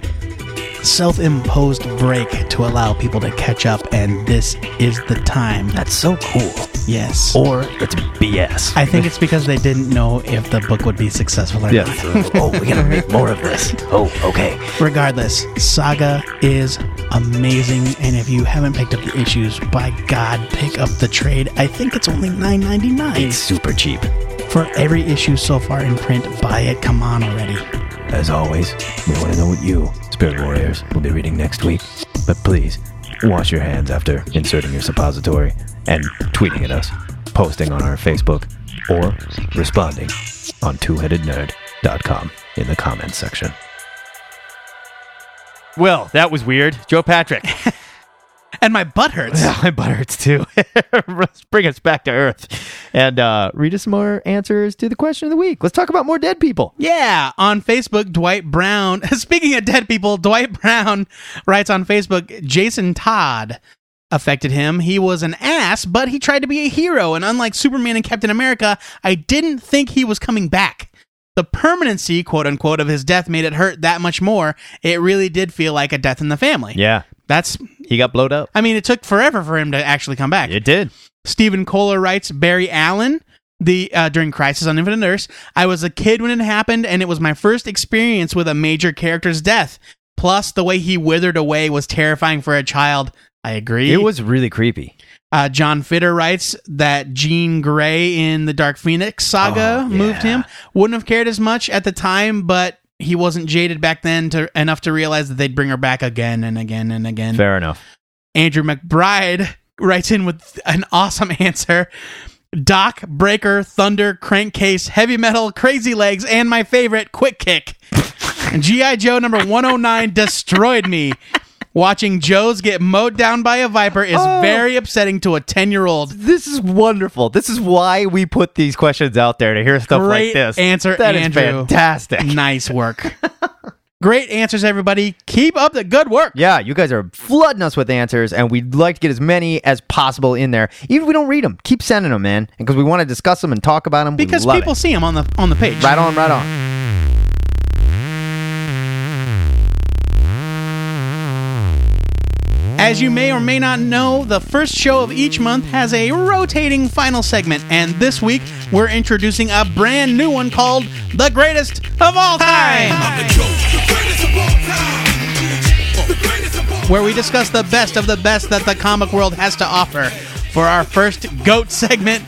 self-imposed break to allow people to catch up, and this is the time.
That's so cool.
Yes.
Or it's BS.
I think it's because they didn't know if the book would be successful or not.
(laughs) oh, we gotta make more of this. Oh, (laughs) okay.
Regardless, Saga is amazing, and if you haven't picked up the issues, by God, pick up the trade. I think it's only
It's
$9.99
super cheap.
for every issue so far in print. Buy it, come on already.
As always, we want to know what you, Spirit Warriors, will be reading next week. But please, wash your hands after inserting your suppository and tweeting at us, posting on our Facebook, or responding on twoheadednerd.com in the comments section. Well, that was weird. Joe Patrick. (laughs)
And my butt hurts.
My butt hurts too. (laughs) Let's bring us back to earth and uh, read us some more answers to the question of the week. Let's talk about more dead people.
Yeah, on Facebook, Dwight Brown. (laughs) Speaking of dead people, Dwight Brown writes on Facebook Jason Todd affected him. He was an ass, but he tried to be a hero. And unlike Superman and Captain America, I didn't think he was coming back. The permanency, quote unquote, of his death made it hurt that much more. It really did feel like a death in the family.
Yeah,
That's,
he got blowed up.
I mean, it took forever for him to actually come back.
It did.
Stephen Kohler writes Barry Allen the uh, during Crisis on Infinite Earths. I was a kid when it happened, and it was my first experience with a major character's death. Plus, the way he withered away was terrifying for a child. I agree.
It was really creepy.
Uh, John Fitter writes that Jean Grey in the Dark Phoenix saga
Oh,
moved
yeah.
him. Wouldn't have cared as much at the time, but he wasn't jaded back then to enough to realize that they'd bring her back again and again and again.
Fair enough.
Andrew McBride writes in with an awesome (laughs) answer. Doc, Breaker, Thunder, Crankcase, Heavy Metal, Crazy Legs, and my favorite, Quick Kick. G.I. Joe
(laughs)
number 109 destroyed me. Watching Joe's get mowed down by a viper is
Oh.
very upsetting to a 10 year old.
This is wonderful. This is why we put these questions out there to hear stuff
Great
like this.
answer,
That is
Andrew.
fantastic.
Nice
(laughs)
work. Great answers, everybody. Keep up the good work.
Yeah, you guys are flooding us with answers, and we'd like to get as many as possible in there. Even if we don't read them, keep sending them, man, because we want to discuss them and talk about them.
Because
we love
people
it.
see him on the on the page.
right on, right on.
As you may or may not know, the first show of each month has a rotating final segment, and this week we're introducing a brand new one called The Greatest of All Time, where we discuss the best of the best that the comic world has to offer. For our first GOAT segment,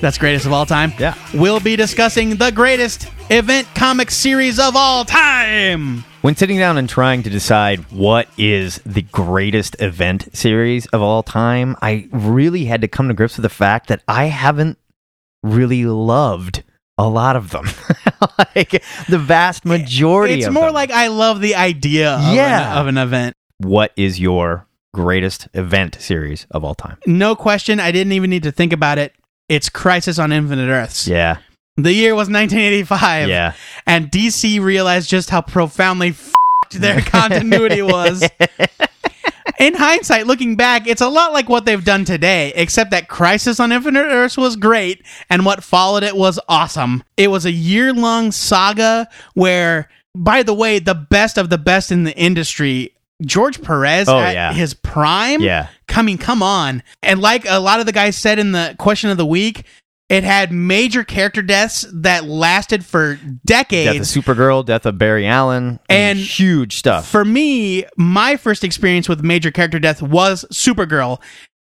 That's greatest of all time.
Yeah.
We'll be discussing the greatest event comic series of all time.
When sitting down and trying to decide what is the greatest event series of all time, I really had to come to grips with the fact that I haven't really loved a lot of them. (laughs) like the vast majority
It's
of
more
them.
like I love the idea of,
Yeah.
an, of an event.
what is your greatest event series of all time?
No question. I didn't even need to think about it. It's Crisis on Infinite Earths.
Yeah.
The year was 1985.
Yeah.
And DC realized just how profoundly (laughs) f
(laughs)
their continuity was. In hindsight, looking back, it's a lot like what they've done today, except that Crisis on Infinite Earths was great, and what followed it was awesome. It was a year long saga where, by the way, the best of the best in the industry, George Perez
Oh,
at
yeah.
his prime.
Yeah.
I mean, come on. And like a lot of the guys said in the question of the week, it had major character deaths that lasted for
Death of
decades.
Supergirl, Death of Barry Allen,
And
huge stuff.
For me, my first experience with major character death was Supergirl.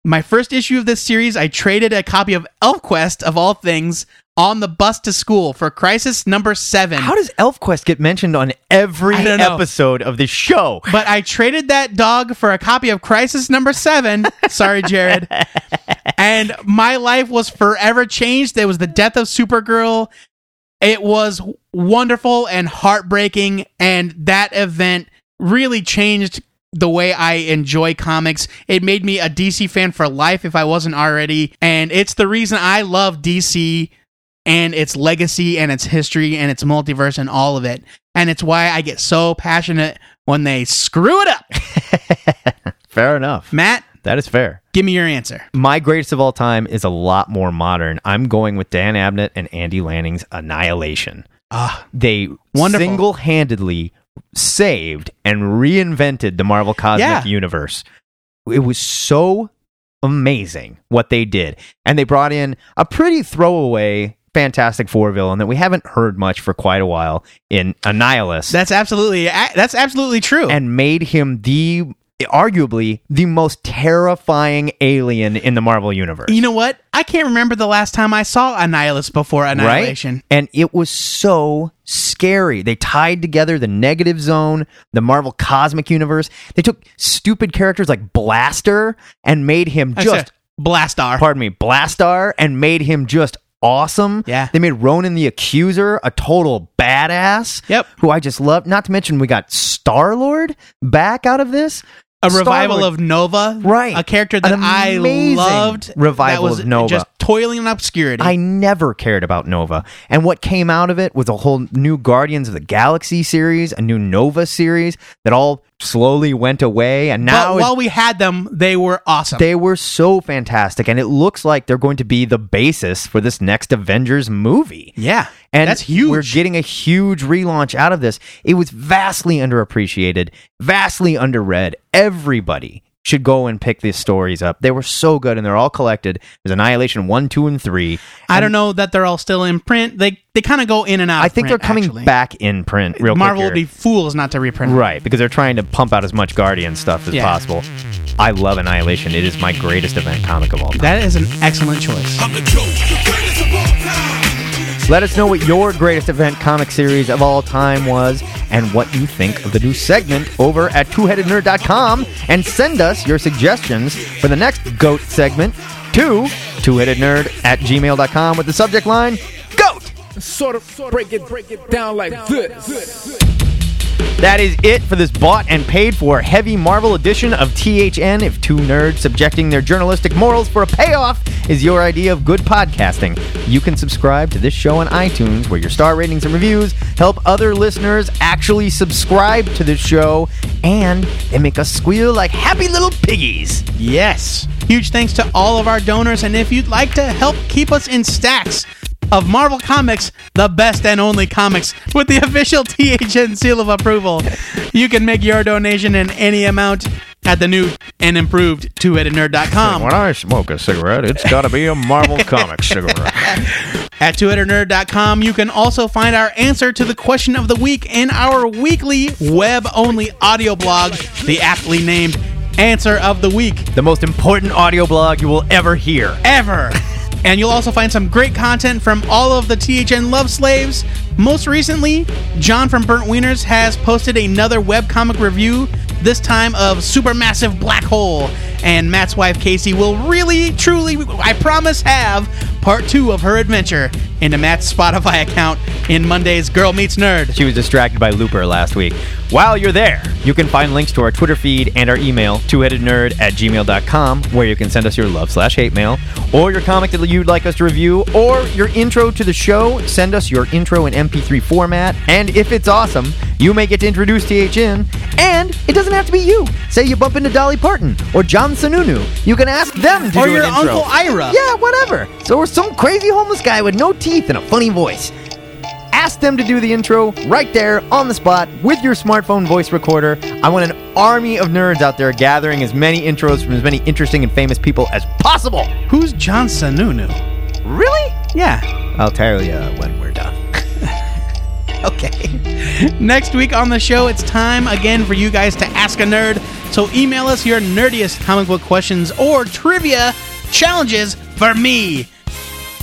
My first issue of this series, I traded a copy of ElfQuest of all things on the bus to school for Crisis number 7.
How does ElfQuest get mentioned on every
I don't know.
episode of this show?
(laughs) but I traded that dog for a copy of Crisis Number Seven. Sorry, Jared. and my life was forever changed. There was the death of Supergirl. It was wonderful and heartbreaking, and that event really changed the way I enjoy comics. It made me a DC fan for life if I wasn't already, and it's the reason I love DC and its legacy and its history and its multiverse and all of it. And it's why I get so passionate when they screw
(laughs)
it up.
Fair enough.
Matt,
That is fair.
give me your answer.
My greatest of all time is a lot more modern. I'm going with Dan Abnett and Andy Lanning's Annihilation.
Ah,
They
Wonderful.
single-handedly saved and reinvented the Marvel Cosmic
Yeah.
Universe. It was so amazing what they did. And they brought in a pretty throwaway Fantastic Four villain that we haven't heard much for quite a while in Annihilus.
that's absolutely a- that's absolutely true.
and made him the arguably the most terrifying alien in the Marvel universe.
you know what? I can't remember the last time I saw Annihilus before Annihilation.
Right? And it was so scary. They tied together the negative zone, the Marvel cosmic universe. They took stupid characters like Blaster and made him
I
just
said Blastar.
pardon me, Blastar and made him just awesome.
Yeah.
They made Ronan the Accuser a total badass.
Yep.
Who I just love. Not to mention we got Star Lord back out of this.
a revival
Star-Lord-
of Nova,
Right.
A character
An
that I
amazing
loved,
revival
that was
of Nova.
just toiling in obscurity.
I never cared about Nova. And what came out of it was a whole new Guardians of the Galaxy series, a new Nova series that all slowly went away. And now
but
it's-
while we had them, they were awesome.
they were so fantastic. And it looks like they're going to be the basis for this next Avengers movie.
yeah,
And
that's huge.
We're getting a huge relaunch out of this. It was vastly underappreciated, vastly underread. Everybody should go and pick these stories up. They were so good and they're all collected. There's Annihilation 1, 2, and 3.
I don't know that they're all still in print. They they kind of go in and out.
I
of
think
print,
they're coming
actually.
back in print real
Marvel
quick
would
here.
be fools not to reprint. them.
right because they're trying to pump out as much Guardian stuff as
Yeah.
possible. I love Annihilation. It is my greatest event comic of all time.
That is an excellent choice.
I'm the GOAT, the greatest of all time.
Let us know what your greatest event comic series of all time was and what you think of the new segment over at twoheadednerd.com and send us your suggestions for the next GOAT segment to twoheadednerd at gmail.com with the subject line GOAT!
Sort of break it, break it down like this.
That is it for this bought and paid for heavy Marvel edition of THN. If two nerds subjecting their journalistic morals for a payoff is your idea of good podcasting, you can subscribe to this show on iTunes, where your star ratings and reviews help other listeners actually subscribe to this show, and they make us squeal like happy little piggies.
Yes. Huge thanks to all of our donors. And if you'd like to help keep us in stacks of Marvel Comics, the best and only comics, with the (laughs) official THN seal of approval, you can make your donation in any amount at the new and improved 2 nerd.com.
I smoke a cigarette, it's got to be a Marvel comic cigarette.
At 2 nerd.com, you can also find our answer to the question of the week in our weekly web only audio blog, the aptly named Answer of the Week.
The most important audio blog you will ever hear.
ever. (laughs) And you'll also find some great content from all of the THN Love Slaves. Most recently, John from Burnt Wieners has posted another webcomic review, this time of Supermassive Black Hole. And Matt's wife, Casey, will really, truly, I promise, have part two of her adventure into Matt's Spotify account in Monday's Girl Meets Nerd.
She was distracted by Looper last week. While you're there, you can find links to our Twitter feed and our email, twoheadednerd at gmail.com, where you can send us your love slash hate mail, or your comic that you'd like us to review, or your intro to the show. Send us your intro in MP3 format, and if it's awesome, you may get to introduce THN, and it doesn't have to be you. Say you bump into Dolly Parton or John Sununu. You can ask them to
Or
do
your
an intro.
Uncle Ira.
Yeah, whatever. So we're some crazy homeless guy with no teeth and a funny voice ask them to do the intro right there on the spot with your smartphone voice recorder. I want an army of nerds out there gathering as many intros from as many interesting and famous people as possible.
Who's John Sanunu?
Really?
Yeah,
I'll tell you when we're done.
(laughs) Okay. Next week on the show, it's time again for you guys to ask a nerd. So email us your nerdiest comic book questions or trivia challenges for me.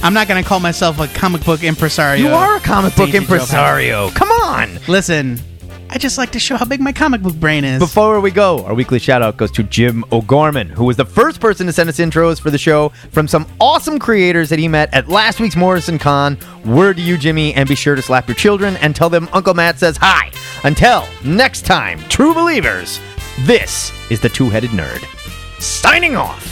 I'm not going to call myself a comic book impresario.
You are a comic book
Daisy uh, Joe
impresario. Come on.
Listen, I just like to show how big my comic book brain is.
Before we go, our weekly shout out goes to Jim O'Gorman, who was the first person to send us intros for the show from some awesome creators that he met at last week's Morrison Con. Word to you, Jimmy, and be sure to slap your children and tell them Uncle Matt says hi. Until next time, true believers, this is the Two Headed Nerd. Signing off.